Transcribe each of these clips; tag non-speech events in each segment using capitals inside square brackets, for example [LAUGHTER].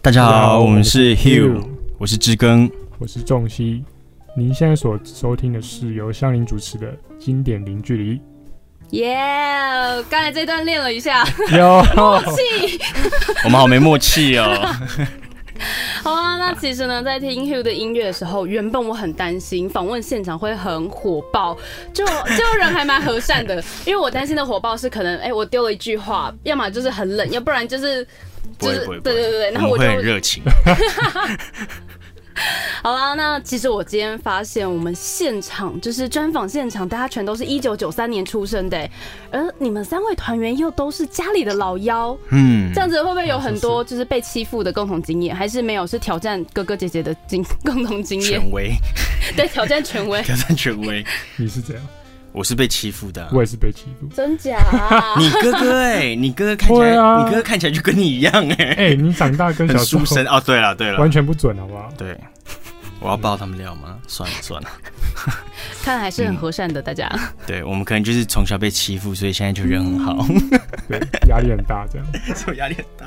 大家大家好，好我们是 Hugh， Hugh 我是知更。我是仲熙。您现在所收听的是由香菱主持的《经典零距离耶！刚才这段练了一下，》。 [LAUGHS] 有，气。我们好没默契 [LAUGHS] 哦。好啊，那其实呢，在听 Hugh 的音乐的时候，原本我很担心访问现场会很火爆，就就人还蛮和 [LAUGHS] 善的，因为我担心的火爆是可能，哎、我丢了一句话，要么就是很冷，要不然就是。不就会是不会，对对对对然我后们我就会很热 [LAUGHS] 情。好啦，那其实我今天发现，我们现场就是专访现场，大家全都是一九九三年出生的、哎而你们三位团员又都是家里的老幺，嗯哦这，样子会不会有很多就是被欺负的共同经验，还是没有是挑战哥哥姐姐的经 [LAUGHS] 共同经验？权威， [LAUGHS] 对，挑战权威，挑战权威。你是怎样？我是被欺负的啊。我也是被欺 [LAUGHS] 负。 [LAUGHS] 真假？你哥哥哎，你哥哥看起来，对啊你哥哥看起来就跟你一样哎，哎，你长大跟很小时书候生哦。对了对了完，全不准，好不好？对，我要爆他们料吗？算了算了。 [LAUGHS] 看来还是很和善的，大家。对，我们可能就是从小被欺负，所以现在就人很好，嗯 [LAUGHS] 对，压力很大，这样。所以我压力很大。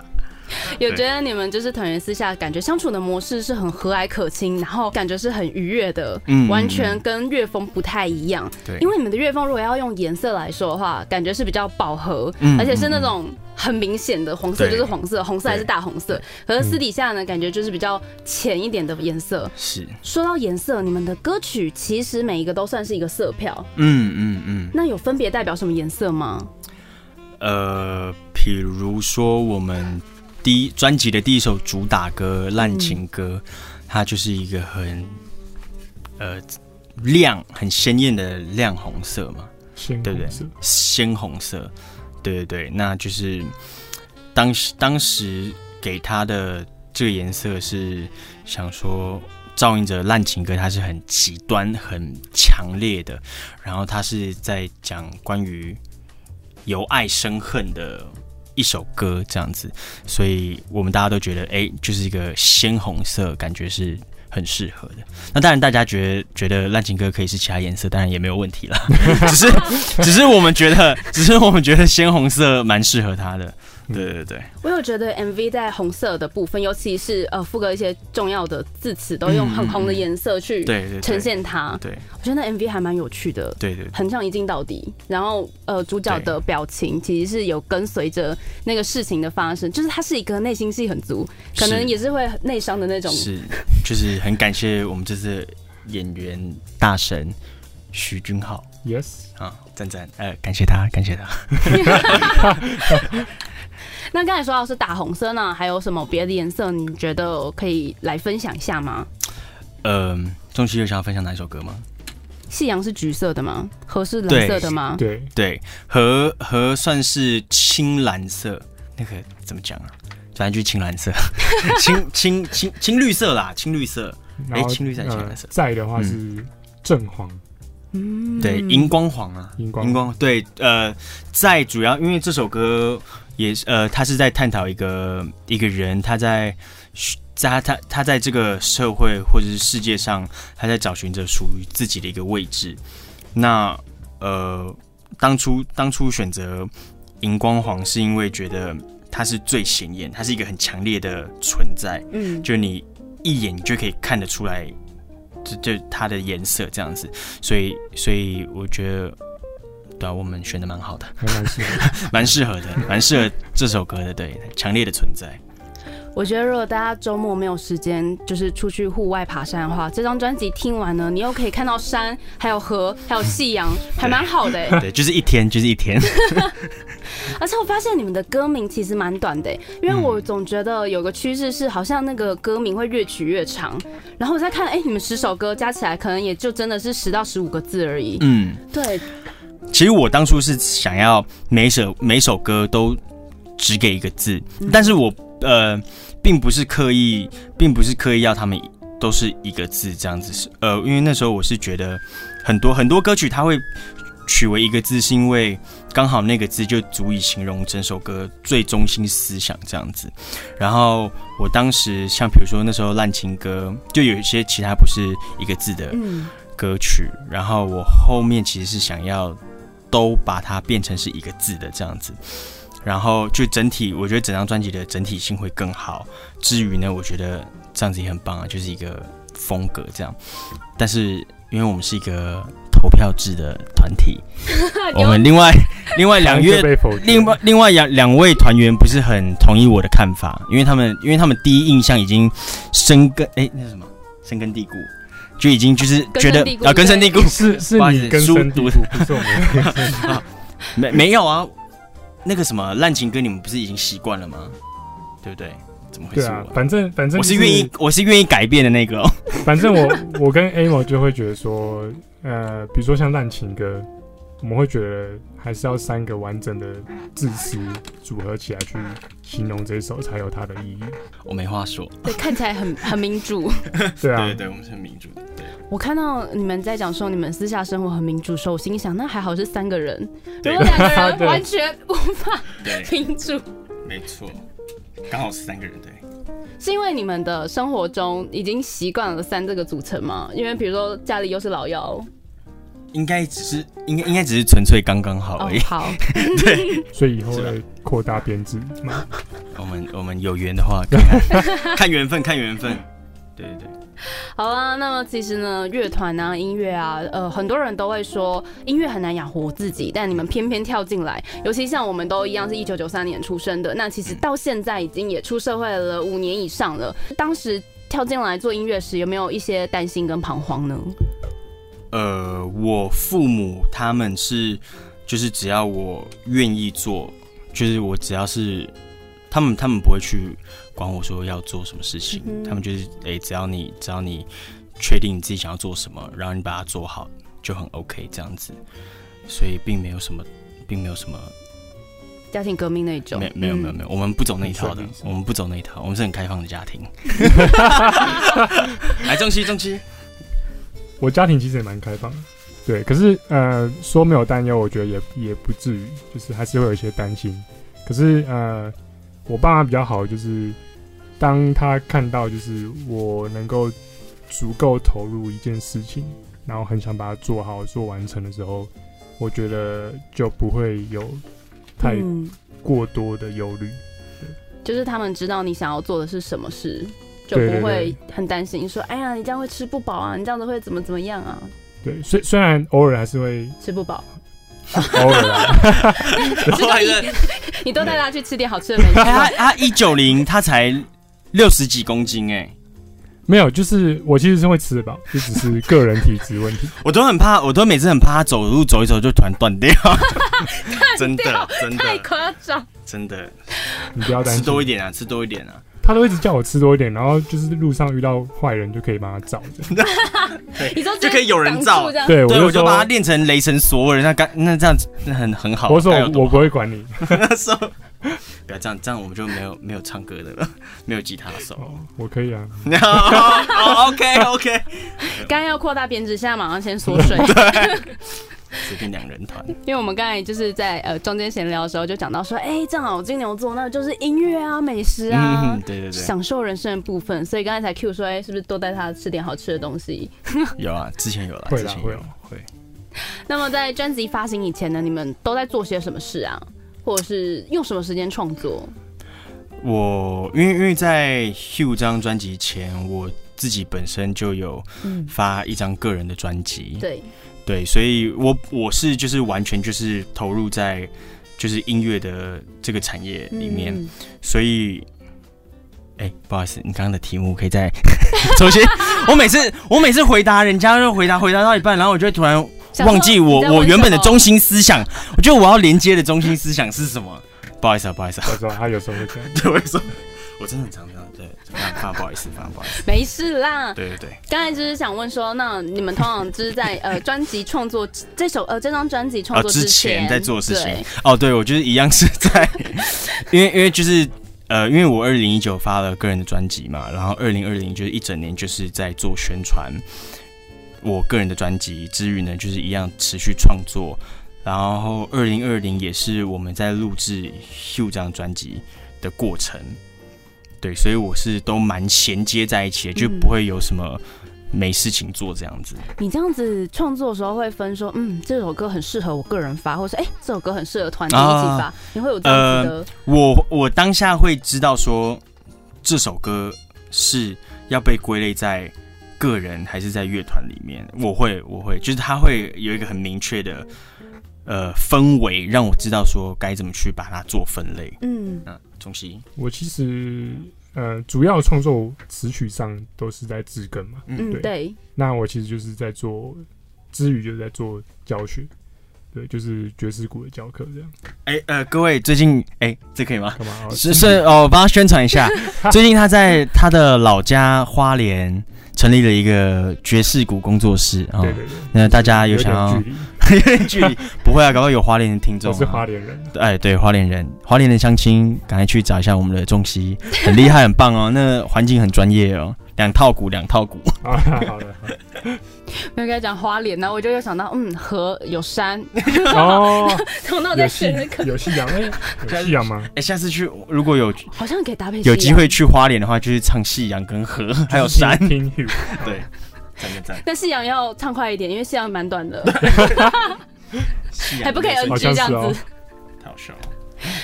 有觉得你们就是团员私下感觉相处的模式是很和蔼可亲，然后感觉是很愉悦的，嗯完全跟乐风不太一样。对，因为你们的乐风如果要用颜色来说的话，感觉是比较饱和，嗯而且是那种很明显的黄色对嗯就是黄色，红色还是大红色。可是私底下呢，感觉就是比较浅一点的颜色。是，说到颜色，你们的歌曲其实每一个都算是一个色票，嗯嗯嗯，那有分别代表什么颜色吗？呃，比如说我们第一专辑的第一首主打歌《烂情歌》，它就是一个很呃亮、很鲜艳的亮红色嘛，鲜对不对红色，？鲜红色，对对对，那就是当时当时给它的这个颜色是想说。照应着烂情歌，它是很极端、很强烈的，然后它是在讲关于由爱生恨的一首歌，这样子，所以我们大家都觉得，哎、就是一个鲜红色，感觉是很适合的。那当然，大家觉得觉得烂情歌可以是其他颜色，当然也没有问题啦。只是只是我们觉得， [LAUGHS] 只是我们觉得鲜红色蛮适合他的。对对对，我有觉得 MV 在红色的部分，尤其是呃副歌一些重要的字词，都用很红的颜色去嗯对对对呈现它。对我觉得那 MV 还蛮有趣的，对对，很像一镜到底。然后呃，主角的表情其实是有跟随着那个事情的发生，就是他是一个内心戏很足，可能是也是会很内伤的那种。是就是很感谢我们这次的演员大神徐君浩 Yes，啊，赞赞，呃，感谢他，感谢他。那刚才说到是大红色呢，还有什么别的颜色？你觉得可以来分享一下吗？嗯、钟琦有想要分享哪一首歌吗？夕阳是橘色的吗？河是对蓝色的嗯吗？对，对，和和算是青蓝色，那个怎么讲啊？反正就是青蓝色，青青青青绿色啦，青绿色，然后哎青绿色还是蓝呃色，在的话是正黄，嗯，对，荧光黄啊，荧光荧光，对，呃，在主要因为这首歌也是呃，他是在探讨一个一个人他在寻在他他他在这个社会或者是世界上，他在找寻着属于自己的一个位置。那呃，当初当初选择荧光黄是因为觉得它是最显眼，它是一个很强烈的存在。嗯，就你一眼你就可以看得出来，就就它的颜色这样子，所以所以我觉得，对啊，我们选的蛮好的，还蛮适合。蛮适合的，蛮适合这首歌的，对，强烈的存在，我觉得如果大家周末没有时间，就是出去户外爬山的话，这张专辑听完呢，你又可以看到山，还有河，还有夕阳，还蛮好的、 [LAUGHS] 欸。对，就是一天，就是一天，而且我发现你们的歌名其实蛮短的欸、因为我总觉得有个趋势是，好像那个歌名会越取越长。然后我再看，哎、你们十首歌加起来，可能也就真的是十到十五个字而已。嗯，对，其实我当初是想要每首每首歌都只给一个字，但是我呃，并不是刻意，并不是刻意要他们都是一个字这样子。呃，因为那时候我是觉得很多很多歌曲它会取为一个字，是因为刚好那个字就足以形容整首歌最中心思想这样子。然后我当时像比如说那时候《烂情歌》，就有一些其他不是一个字的嗯，歌曲，然后我后面其实是想要都把它变成是一个字的这样子，然后就整体，我觉得整张专辑的整体性会更好。至于呢，我觉得这样子也很棒啊，就是一个风格这样。但是因为我们是一个投票制的团体，哎我们另外另外 [LAUGHS] 两月就被否决另外另外两两位团员不是很同意我的看法，因为他们因为他们第一印象已经深根哎、那是什么深根蒂固，就已经就是觉根深得蒂固啊根深蒂固是是不好意思你根深书蒂固，读不 [LAUGHS] 是我们。没没有啊，那个什么烂情歌你们不是已经习惯了吗？对不对？怎么会对是我啊啊？，反正反正我是就愿意，我是愿意改变的那个、哦。反正我 [LAUGHS] 我跟 Amo 就会觉得说，呃，比如说像烂情歌，我们会觉得还是要三个完整的字词组合起来去形容这首才有它的意义。 [LAUGHS] 我没话说。 [LAUGHS] 对，看起来很很民主。对啊， [LAUGHS] 对，我们是很民主的。对，我看到你们在讲说你们私下生活很民主时候，我心想那还好是三个人，如 [LAUGHS] 对果两个人对完全无法 [LAUGHS] 对，民主，没错，刚好是三个人。对，是因为你们的生活中已经习惯了三这个组成吗？因为比如说家里又是老幺，应该只是应该应该只是纯粹刚刚好哦而已。好，所以以后是啊会扩大编制嘛。我们我们有缘的话， [LAUGHS] 看 [LAUGHS] 看看缘分，看缘分。对对对，好啊，那么其实呢，乐团啊、音乐啊，呃，很多人都会说音乐很难养活自己，但你们偏偏跳进来，尤其像我们都一样是一九九三年出生的，那其实到现在已经也出社会了五年以上了，当时。跳进来做音乐时，有没有一些担心跟彷徨呢？呃，我父母他们是，就是只要我愿意做，就是我只要是，他们他们不会去管我说要做什么事情，嗯哼他们就是诶、只要你只要你确定你自己想要做什么，然后你把它做好就很 OK 这样子，所以并没有什么，并没有什么，家庭革命那一种？没没有没有嗯没有，我们不走那一套的没事没事，我们不走那一套，我们是很开放的家 [LAUGHS] 庭。来，中西中西，我家庭其实也蛮开放的，对，可是呃，说没有担忧，我觉得也也不至于，就是还是会有一些担心。可是呃，我爸妈比较好，就是当他看到就是我能够足够投入一件事情，然后很想把它做好、做完成的时候，我觉得就不会有太嗯，过多的忧虑。就是他们知道你想要做的是什么事，就对对不会很担心说，哎呀，你这样会吃不饱啊，你这样子会怎么怎么样啊，对，虽虽然偶尔还是会 [LAUGHS] 吃不 [LAUGHS] 饱。 [LAUGHS] 偶尔啊，知道你你都带他去吃点好吃的 [LAUGHS] 美食哎，他他一九零，他才六十几公斤哎、没有，就是我其实是会吃得饱，就只是个人体质问题。我都很怕，我都每次很怕他走路走一走就突然 [LAUGHS] 断掉，真的真太的夸张。真的，你不要担吃心，多一点啊，吃多一点啊，他都一直叫我吃多一点，然后就是路上遇到坏人就可以帮他找 [LAUGHS] 着。你说直接就可以有人照挡住这样，对，对，我我就说，把他练成雷神索尔，那干那这样子那很很好， [LAUGHS] 我说该有我多我不会管你，好手 [LAUGHS] 不要这样，这样我们就没有没有唱歌的了，没有吉他 [LAUGHS] 手。哦，我可以啊，哦，OK OK，刚刚要扩大编制，现在马上先缩嗯 [LAUGHS] 水，随便两人团，因为我们刚才就是在呃中间闲聊的时候就讲到说，哎，正好金牛座，那就是音乐啊、美食啊嗯，。对对对，享受人生的部分，所以刚才才 Q 说，哎、是不是多带他吃点好吃的东西？有啊，之前有了，会之啦前会有啦会。那么在专辑发行以前呢，你们都在做些什么事啊？或者是用什么时间创作？我因为因为在 Hugh 这张专辑前，我自己本身就有嗯，发一张个人的专辑，对，对，所以我我是就是完全就是投入在就是音乐的这个产业里面，嗯所以。哎、不好意思，你刚刚的题目可以再 [LAUGHS] 重新。我每次我每次回答人家就回答回答到一半，然后我就会突然想说忘记你我在问我原本的什么中心思想，我觉得我要连接的中心思想是什么？不好意思啊，不好意思啊， [LAUGHS] 我知道他有时候会这样。对，我也说，我真的很常这样，对，非常不好意思，非常不好意思，没事啦，对对对，刚才就是想问说，那你们通常就是在呃专辑创作这首呃这张专辑创作啊之前,、前在做的事情对，哦，对，我就是一样是在，因为因为就是呃，因为我二零一九发了个人的专辑嘛，然后二零二零就是一整年就是在做宣传我个人的专辑之余呢，就是一样持续创作，然后二零二零也是我们在录制《Hugh》这张专辑的过程，对，所以我是都蛮衔接在一起的，就嗯不会有什么。没事情做这样子。你这样子创作的时候会分说，嗯，这首歌很适合我个人发，或是哎、这首歌很适合团体一起发，啊呃你会有这样子的、我我当下会知道说这首歌是要被归类在个人还是在乐团里面，我会我会就是它会有一个很明确的呃氛围，让我知道说该怎么去把它做分类。嗯嗯，中西，我其实呃，主要创作词曲上都是在自根嘛。嗯嗯对对，那我其实就是在做，之余就是在做教学，对，就是爵士鼓的教课这样。哎、呃，各位最近哎、这可以吗？干嘛？哦是是哦，我帮他宣传一 [LAUGHS] 下。最近他在他的老家花莲成立了一个爵士鼓工作室啊。对对对。那大家有有想点要距离，有 [LAUGHS] 点距离，不会啊，搞不好有花莲的听众、我啊。是花莲人， [LAUGHS] 哎，对，花莲人，花莲的相亲，赶快去找一下我们的中西，很厉害，很棒哦，那环境很专业哦，两套鼓，两套鼓，好了啊好了，没有跟他讲花莲，然后我就又想到，嗯，河有山， [LAUGHS] [LAUGHS] 哦，头脑有在夕选那个，有夕阳，哎，有夕阳吗？哎，下次去如果有好像可以搭配夕阳有机会，去花莲的话，就是唱夕阳跟河，还有 [LAUGHS] 山，听 h 对，赞赞赞，但夕阳要唱快一点，因为夕阳蛮短 [LAUGHS] 的，夕阳还不可以跟 NG 山好这像是样哦子。太好笑了。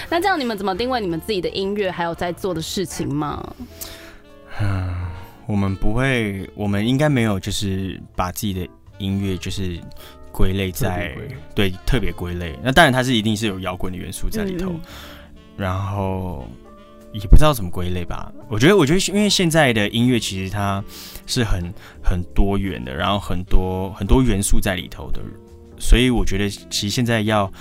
那这样你们怎么定位你们自己的音乐，还有在做的事情吗？我们不会，我们应该没有，就是把自己的音乐就是归类在对特别归类。那当然，它是一定是有摇滚的元素在里头，嗯然后也不知道怎么归类吧。我觉得，我觉得是因为现在的音乐其实它是很很多元的，然后很多很多元素在里头的，所以我觉得其实现在要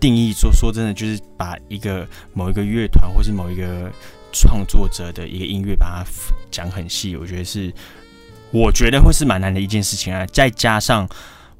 定义说说真的，就是把一个某一个乐团或是某一个创作者的一个音乐，把它讲很细，我觉得是我觉得会是蛮难的一件事情啊。再加上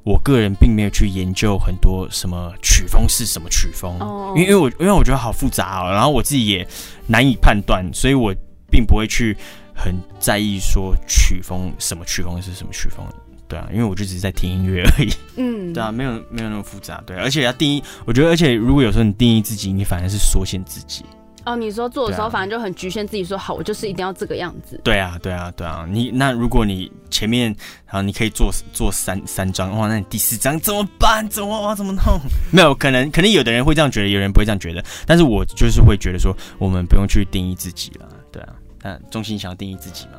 我个人并没有去研究很多什么曲风是什么曲风，哦因为因为我因为我觉得好复杂哦，然后我自己也难以判断，所以我并不会去很在意说曲风什么曲风是什么曲风。对啊，因为我就只是在听音乐而已。嗯，对啊，没有没有那么复杂。对，而且要定义，我觉得，而且如果有时候你定义自己，你反而是缩限自己。哦，你说做的时候，对啊反正就很局限自己说，好，我就是一定要这个样 [LAUGHS] 子。对啊，对啊，对啊。你那如果你前面啊，你可以做做三三张，哇，那你第四张怎么办？怎么哇怎么弄？ [LAUGHS] 没有，可能可能有的人会这样觉得，有人不会这样觉得。但是我就是会觉得说，我们不用去定义自己了。对啊，那中心想要定义自己吗？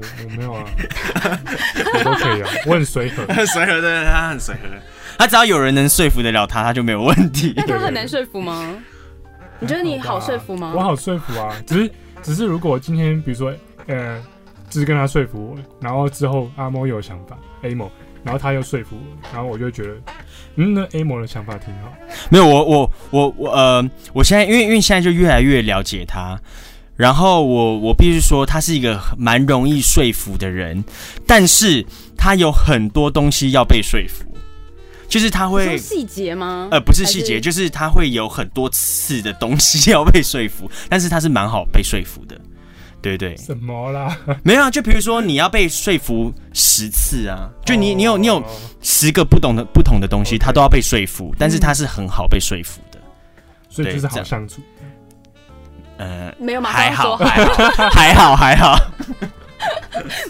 我我没有啊，我都可以啊，我很随 [LAUGHS] 和。 [LAUGHS] 很随和的，他很随和。他只要有人能说服得了他，他就没有问题。那他很难说 [LAUGHS] 服吗？你觉得你好说服吗？我好说服啊，只是只是如果今天比如说呃，只是跟他说服我，然后之后阿猫有想法，A 某，然后他又说服我，然后我就觉得，嗯，那 A 某的想法挺好，没有，我我我我呃，我现在因为因为现在就越来越了解他，然后我我必须说他是一个蛮容易说服的人，但是他有很多东西要被说服，就是他你说会细节吗？呃不是细还节，是就是他会有很多次的东西要被说服，但是他是蛮好被说服的，对对，什么啦？没有啊，就比如说你要被说服十次啊，就你你有你有哦十个不同的不同的东西， OK 他都要被说服，但是他是很好被说服的。所以对就是这好样相处，呃，没有马还上好，说还好， [LAUGHS] 还好，还好。 [LAUGHS]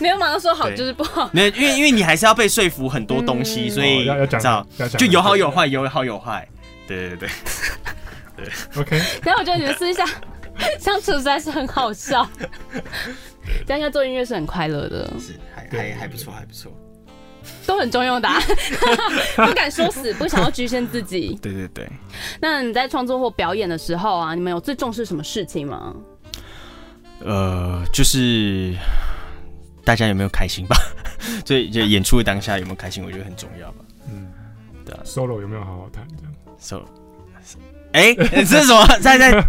没有马上说好对就是不好。那因为因为你还是要被说服很多东西，嗯所以哦要要讲知道要讲就有好有坏，有好有坏。对对对， ，OK， [LAUGHS] 然后我觉得你们私下 [LAUGHS] 相处实在是很好 [LAUGHS] 笑。大家做音乐是很快乐的，是还对还不错还不错。都很中用的、啊， [LAUGHS] 不敢说死，不想要局限自己。对对对，那你在创作或表演的时候啊，你们有最重视什么事情吗？呃，就是大家有没有开心吧？ [LAUGHS] 所以就演出的当下有没有开心，我觉得很重要吧。嗯对啊，solo 有没有好好谈这样？ So，哎、这 [LAUGHS] 是什么？在在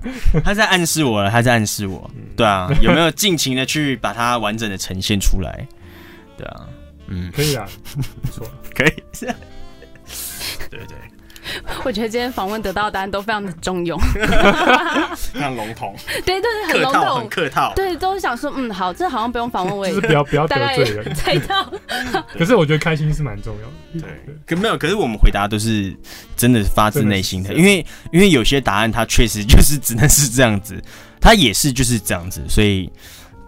他在暗示我了，他在暗示我。嗯对啊，有没有尽情的去把它完整的呈现出来？对啊，嗯，可以 [LAUGHS] 啊，不错，可以。对对， [LAUGHS] 我觉得今天访问得到的答案都非常的中庸，像笼统， [LAUGHS] 对对对，很笼 [LAUGHS] 统，客套。 [LAUGHS] 对，都想说，嗯，好，这好像不用访问我就也是不要不要大得概罪 [LAUGHS] 人， [LAUGHS] 猜到。可是我觉得开心是蛮重要的，对，可没有，可是我们回答都是真的发自内心的，真的因是为因为有些答案它确实就是只能是这样子，它也是就是这样子，所以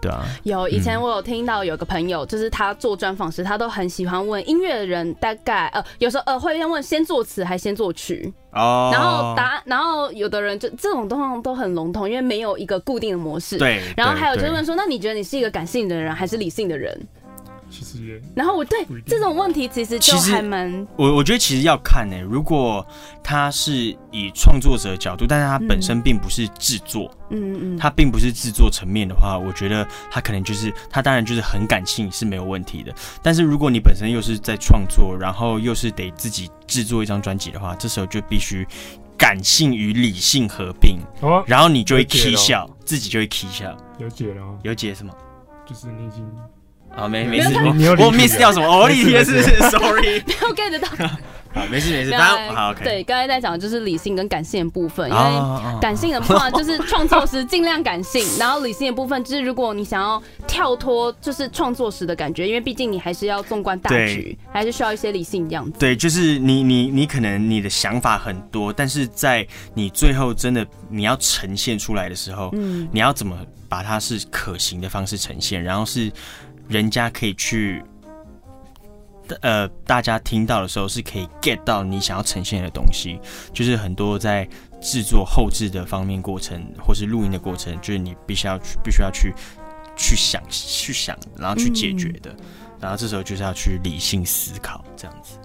对啊，有以前我有听到有个朋友，就是他做专访时，他都很喜欢问音乐的人大概呃，有时候呃会先问先作词还先作曲，哦，然后答案，然后有的人就这种通常都很笼统，因为没有一个固定的模式。。对，然后对还有就是对问说，那你觉得你是一个感性的人还是理性的人？其实也然后我对不一定这种问题其实就其实还蛮我我觉得其实要看呢、如果他是以创作者的角度，但是他本嗯身并不是制作，嗯嗯他并不是制作层面的话，我觉得他可能就是他当然就是很感性是没有问题的。但是如果你本身又是在创作，然后又是得自己制作一张专辑的话，这时候就必须感性与理性合并，好啊，然后你就会了解 k 了笑，自己就会 k 笑。有解了哦，有解什么？就是你已经啊，没没没事，有我你有理我解 miss 掉什么？哦我理解是没事 sorry， [LAUGHS] 没有 get [LAUGHS] 得到。好，没事没事，没有大家好 OK。对，刚才在讲的就是理性跟感性的部分，因啊，为啊啊感性的话就是创作时尽量感性，然后理性的部分就是如果你想要跳脱就是创作时的感觉，因为毕竟你还是要纵观大对局，还是需要一些理性这样子。对，就是你你你可能你的想法很多，但是在你最后真的你要呈现出来的时候，嗯，你要怎么把它是可行的方式呈现，然后是人家可以去，呃，大家听到的时候是可以 get 到你想要呈现的东西，就是很多在制作后置的方面过程，或是录音的过程，就是你必须要去必须要去去想去想，然后去解决的，然后这时候就是要去理性思考这样子。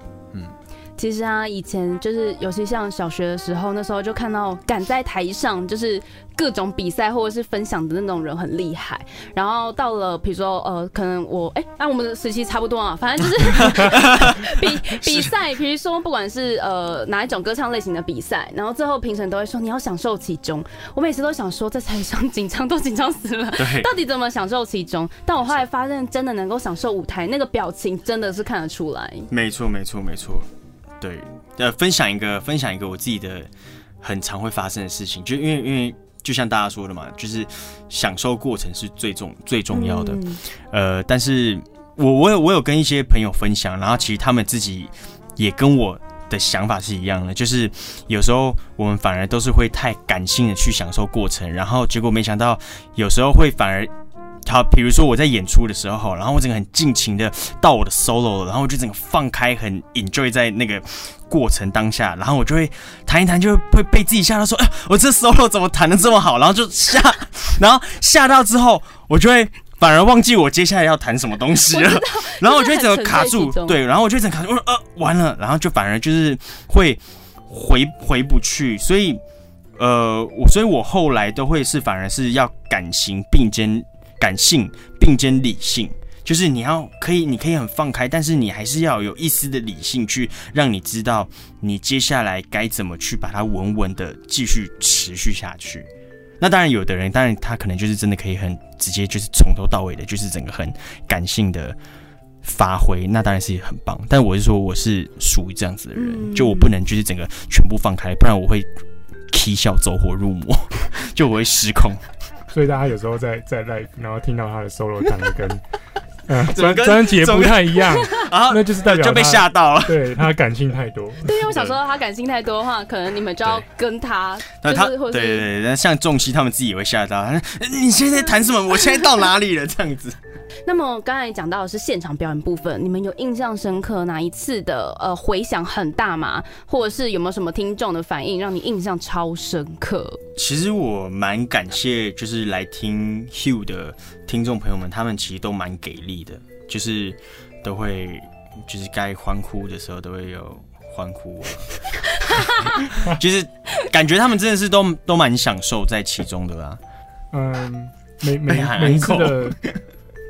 其实啊，以前就是尤其像小学的时候，那时候就看到敢在台上就是各种比赛或者是分享的那种人很厉害。然后到了比如说呃，可能我哎，那、我们的时期差不多啊，反正就是比比赛，比如说不管是呃哪一种歌唱类型的比赛，然后最后评审都会说你要享受其中。我每次都想说在台上紧张都紧张死了， [LAUGHS] 对到底怎么享受其中？但我后来发现，真的能够享受舞台，那个表情真的是看得出来。没错，没错，没错。对，呃，分享一个，分享一个我自己的很常会发生的事情，就因为因为就像大家说的嘛，就是享受过程是最重最重要的。嗯呃，但是我我有我有跟一些朋友分享，然后其实他们自己也跟我的想法是一样的，就是有时候我们反而都是会太感性的去享受过程，然后结果没想到有时候会反而。好，比如说我在演出的时候，然后我整个很尽情的到我的 solo 了，然后我就整个放开，很 enjoy 在那个过程当下，然后我就会弹一弹，就会被自己吓到，说，哎、我这 solo 怎么弹的这么好？然后就吓， [LAUGHS] 然后吓到之后，我就会反而忘记我接下来要弹什么东西了， [LAUGHS] 然后我就会整个卡真的很沉住醉其，中对，然后我就会整个卡住，我说呃，完了，然后就反而就是会回回不去，所以呃，我所以我后来都会是反而是要感性并肩，感性并肩理性。就是你要可以，你可以很放开，但是你还是要有一丝的理性，去让你知道你接下来该怎么去把它稳稳的继续持续下去。那当然，有的人当然他可能就是真的可以很直接，就是从头到尾的，就是整个很感性的发挥，那当然是很棒。但我是说，我是属于这样子的人，嗯就我不能就是整个全部放开，不然我会 k 笑走火入魔， [LAUGHS] 就我会失控。所以大家有时候在在 live，然后听到他的 solo 弹的跟呃怎么专跟专辑也不太 [LAUGHS] 一样，然后啊那就是代表就被他，吓到了。对他感性太多。对，因为我想说他感性太多的话，可能你们就要对跟他，那他就是或对是对对，那像重熙他们自己也会吓到，他说呃你现在谈什么？我现在到哪里了？ [LAUGHS] 这样子。那么刚才讲到的是现场表演部分，你们有印象深刻哪一次的呃回响很大吗？或者是有没有什么听众的反应让你印象超深刻？其实我蛮感谢，就是来听 Hugh 的听众朋友们，他们其实都蛮给力的，就是都会，就是该欢呼的时候都会有欢呼啊， [LAUGHS] 就是感觉他们真的是都都蛮享受在其中的啦。嗯，每每被喊每一次口的，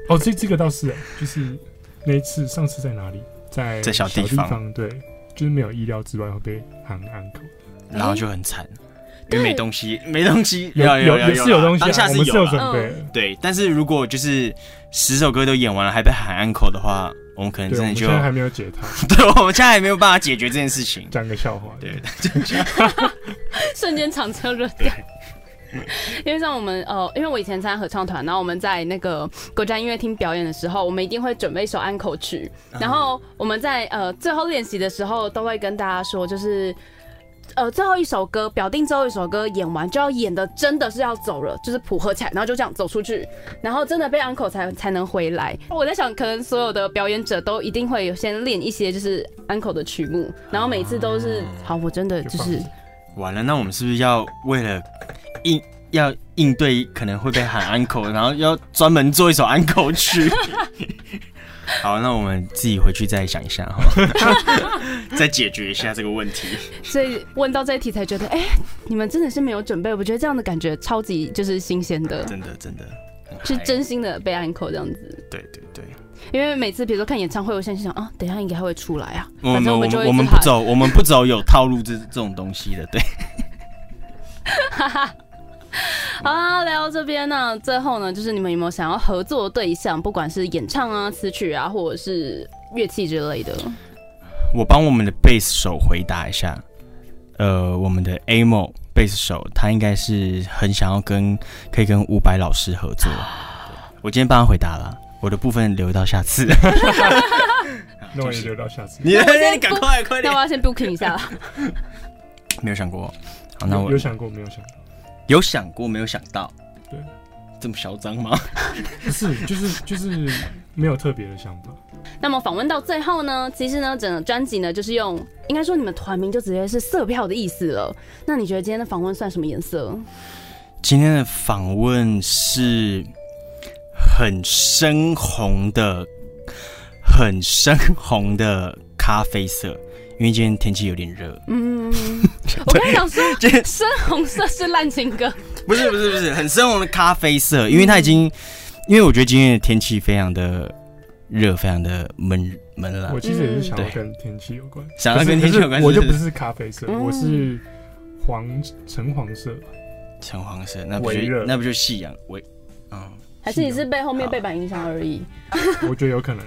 哦，这这个倒是，就是那一次上次在哪里，在在小小地地方方，对，就是没有意料之外会被喊 uncle，然后就很惨，因哎对为没东西，没东西，有有也是有东西啊，当下我是们是有啦嗯准备的，对，但是如果就是十首歌都演完了，还被喊 uncle 的话，我们可能对，真我的们就现在还没有解套， [LAUGHS] 对，我们现在还没有办法解决这件事情。 [LAUGHS] 讲个笑话，对， [LAUGHS] 瞬间场车热掉。 [LAUGHS] 因为像我们呃，因为我以前参加合唱团，然后我们在那个国家音乐厅表演的时候，我们一定会准备一首安口曲，然后我们在呃最后练习的时候都会跟大家说，就是呃最后一首歌表定最后一首歌演完就要演的真的是要走了，就是谱合起来，然后就这样走出去，然后真的被 uncle 才才能回来。 [LAUGHS] 我在想，可能所有的表演者都一定会有先练一些就是 uncle 的曲目，然后每次都是好，我真的嗯就是完了，那我们是不是要为了应要应对可能会被喊 uncle，然后要专门做一首 uncle [LAUGHS] 曲？好，那我们自己回去再想一下哈， [LAUGHS] 再解决一下这个问题。所以问到这一题才觉得，哎、你们真的是没有准备。我觉得这样的感觉超级就是新鲜的，真的，真的很嗨是真心的被 uncle 这样子。对对对。因为每次比如说看演唱会，我现在就想啊，等一下应该会出来啊，我们反嗯正我们就会我们一直不喊走，我们不走有套路这这种东西的，对，好啦，啊聊到这边呢，最后呢，就是你们有没有想要合作的对象，不管是演唱啊、词曲啊，或者是乐器之类的？我帮我们的贝斯手回答一下，呃，我们的 Amo 贝斯手，他应该是很想要跟可以跟伍佰老师合作。我今天帮他回答了，我的部分留到下次。那我也留到下次。 [LAUGHS] 你先你赶快快那点我，要先 booking 一下啦。没有想过。好，那我有想过没有想过？有想过，没有想到。对，这么嚣张吗？不是，就是就是没有特别的想法。那么访问到最后呢，其实呢，整个专辑呢，就是用应该说你们团名就直接是色票的意思了。那你觉得今天的访问算什么颜色？今天的访问是很深红的，很深红的咖啡色，因为今天天气有点热。嗯， [LAUGHS] 我刚想说今天 [LAUGHS] 深红色是烂情歌，不是不是不是很深红的咖啡色，因为它已经，因为我觉得今天的天气非常的热，非常的闷闷了我。其实也是想要跟天气有关，啊嗯想要跟可是天气有关可是我是就不是不是咖啡色，嗯我是黄橙黄色。橙黄色，那不就微热那不就夕阳微，嗯，还是你是被后面背板影响而已？我觉得有可能。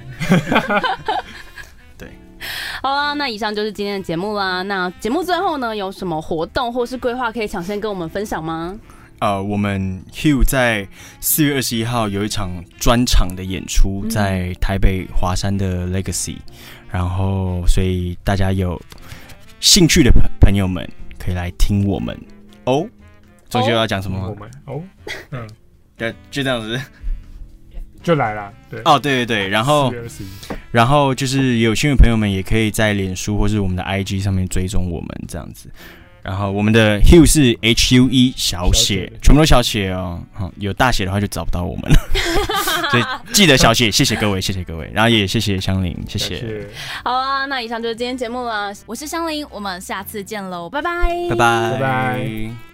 好啦，那以上就是今天的节目啦。那节目最后呢，有什么活动或是规划可以抢先跟我们分享吗？呃，我们 Hugh 在四月二十一号有一场专场的演出，嗯在台北华山的 Legacy，、然后所以大家有兴趣的朋朋友们可以来听我们哦。中秋要讲什么我吗？们哦，嗯，对，就这样子。就来啦。对，哦，对对对，然后四月二十一，然后就是有兴趣的朋友们也可以在脸书或是我们的 IG 上面追踪我们这样子。然后我们的 Hugh 是 H U E 小小写写，全部都小写哦。好，有大写的话就找不到我 [LAUGHS] 们了。所以记得小写，谢谢各位，谢谢各位，然后也谢谢香菱，谢感谢，谢。好啊啦，那以上就是今天节目啦。我是香菱，我们下次见喽，拜拜，拜拜拜拜